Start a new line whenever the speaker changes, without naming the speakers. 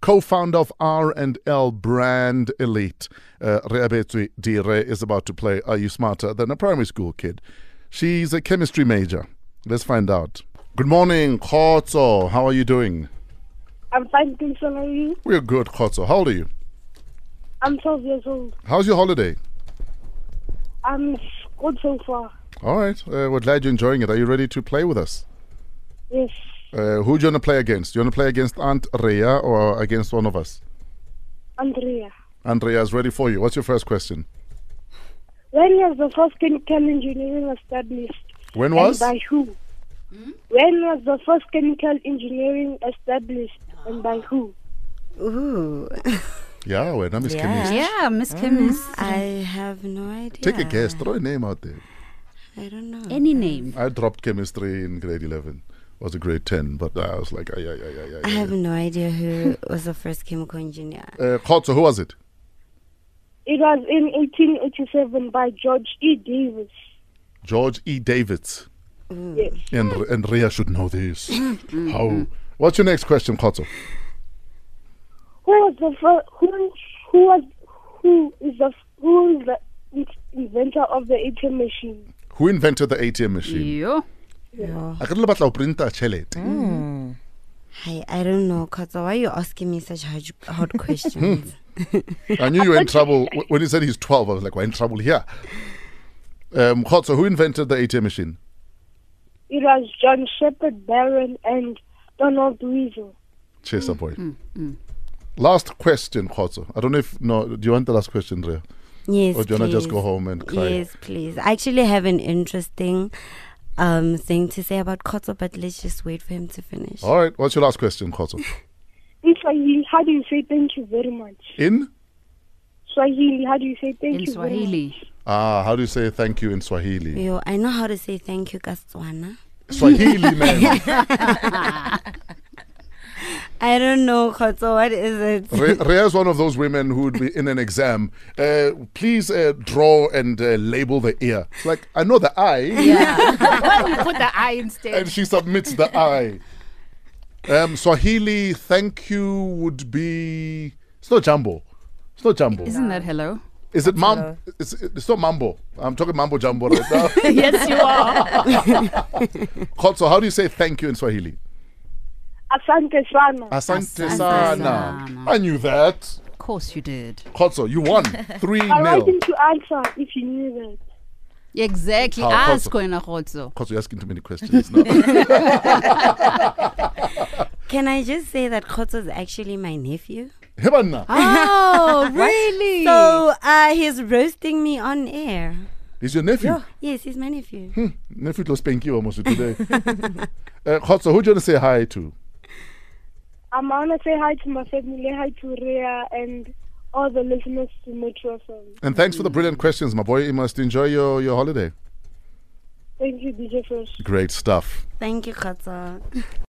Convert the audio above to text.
co-founder of R&L brand elite. Uh, Reabetsi Dire is about to play Are You Smarter Than a Primary School Kid? She's a chemistry major. Let's find out. Good morning, Khotso. How are you doing?
I'm fine, thanks. How are you?
We're good, Khotso. How old are you?
I'm 12 years old.
How's your holiday?
I'm good so far.
All right. Uh, we're glad you're enjoying it. Are you ready to play with us?
Yes,
Uh, who do you want to play against? Do you want to play against Aunt Rhea or against one of us?
Andrea.
Andrea's ready for you. What's your first question?
When was the first chemical engineering established?
When was?
And by who? When was the first chemical engineering established? And by who?
Ooh.
Yeah, when I'm yeah.
yeah, Mm-hmm. Miss Chemist.
I have no idea.
Take a guess. Throw a name out there.
I don't know.
Any name.
I dropped chemistry in grade 11. Was a grade 10, but I was like, yeah, yeah, yeah,
I
yeah.
have no idea who was the first chemical engineer.
Uh, Khotso, who was it?
It was in 1887 by George E. Davis.
George E. Davids.
Yes.
And, and Rhea should know this. How? What's your next question, Khotso?
Who was the first? Who? Who was? Who is the? Who is the in- inventor of the ATM machine?
Who invented the ATM machine?
Yo.
No.
I can about how printer chelate.
Hi, I don't know, Kato. Why are you asking me such hard, hard questions?
Hmm. I knew you were in trouble Wh- when he said he's 12. I was like, we're in trouble here. Um, Khotso, who invented the ATM machine?
It was John Shepherd Barron and Donald Weasel.
Chester boy. Last question, Khotso. I don't know if no. Do you want the last question, Rhea?
yes.
Or Oh, do you wanna just
please.
go home and cry?
Yes, please. I actually have an interesting um, thing to say about Kato, but let's just wait for him to finish.
All right. What's your last question, Khotso?
In Swahili, how do you say thank you very much?
In
Swahili, how do you say thank
In
you very much?
Swahili.
ah, how do you say thank you in Swahili?
Yo, I know how to say thank you, Kaswana.
Swahili man.
I don't know, Kato. What is it?
Re- Rhea is one of those women who would be in an exam. Uh, please uh, draw and uh, label the ear. It's Like I know the eye,
Yeah. Why you put the I instead?
and she submits the eye. Um, Swahili thank you would be. It's not jumbo. It's not jumbo.
Isn't that hello?
Is it mam? It's, it's not mambo. I'm talking mambo jumbo right now.
yes, you are.
Khotso, how do you say thank you in Swahili?
Asante
Ah,
sana.
Asante
Asante
sana.
sana.
I knew that.
Of course you did.
Khotso, you won. 3
All right,
0.
didn't you answer if you knew that?
Exactly.
How-
Ask
also-
Koina Khotso.
Khotso, you're asking too many questions now.
Can I just say that Koto is actually my nephew?
Hebanna,
Oh, really?
So uh, he's roasting me on air.
he's your nephew.
Oh.
Yes, he's my nephew.
Nephew to spank you almost today. uh, Khotso, who do you want to say hi to?
Um, I want to say hi to my family, hi to Rhea and all the listeners to Metro FM.
And thanks for the brilliant questions, my boy. You must enjoy your, your holiday.
Thank you, DJ Fresh.
Great stuff.
Thank you, Koto.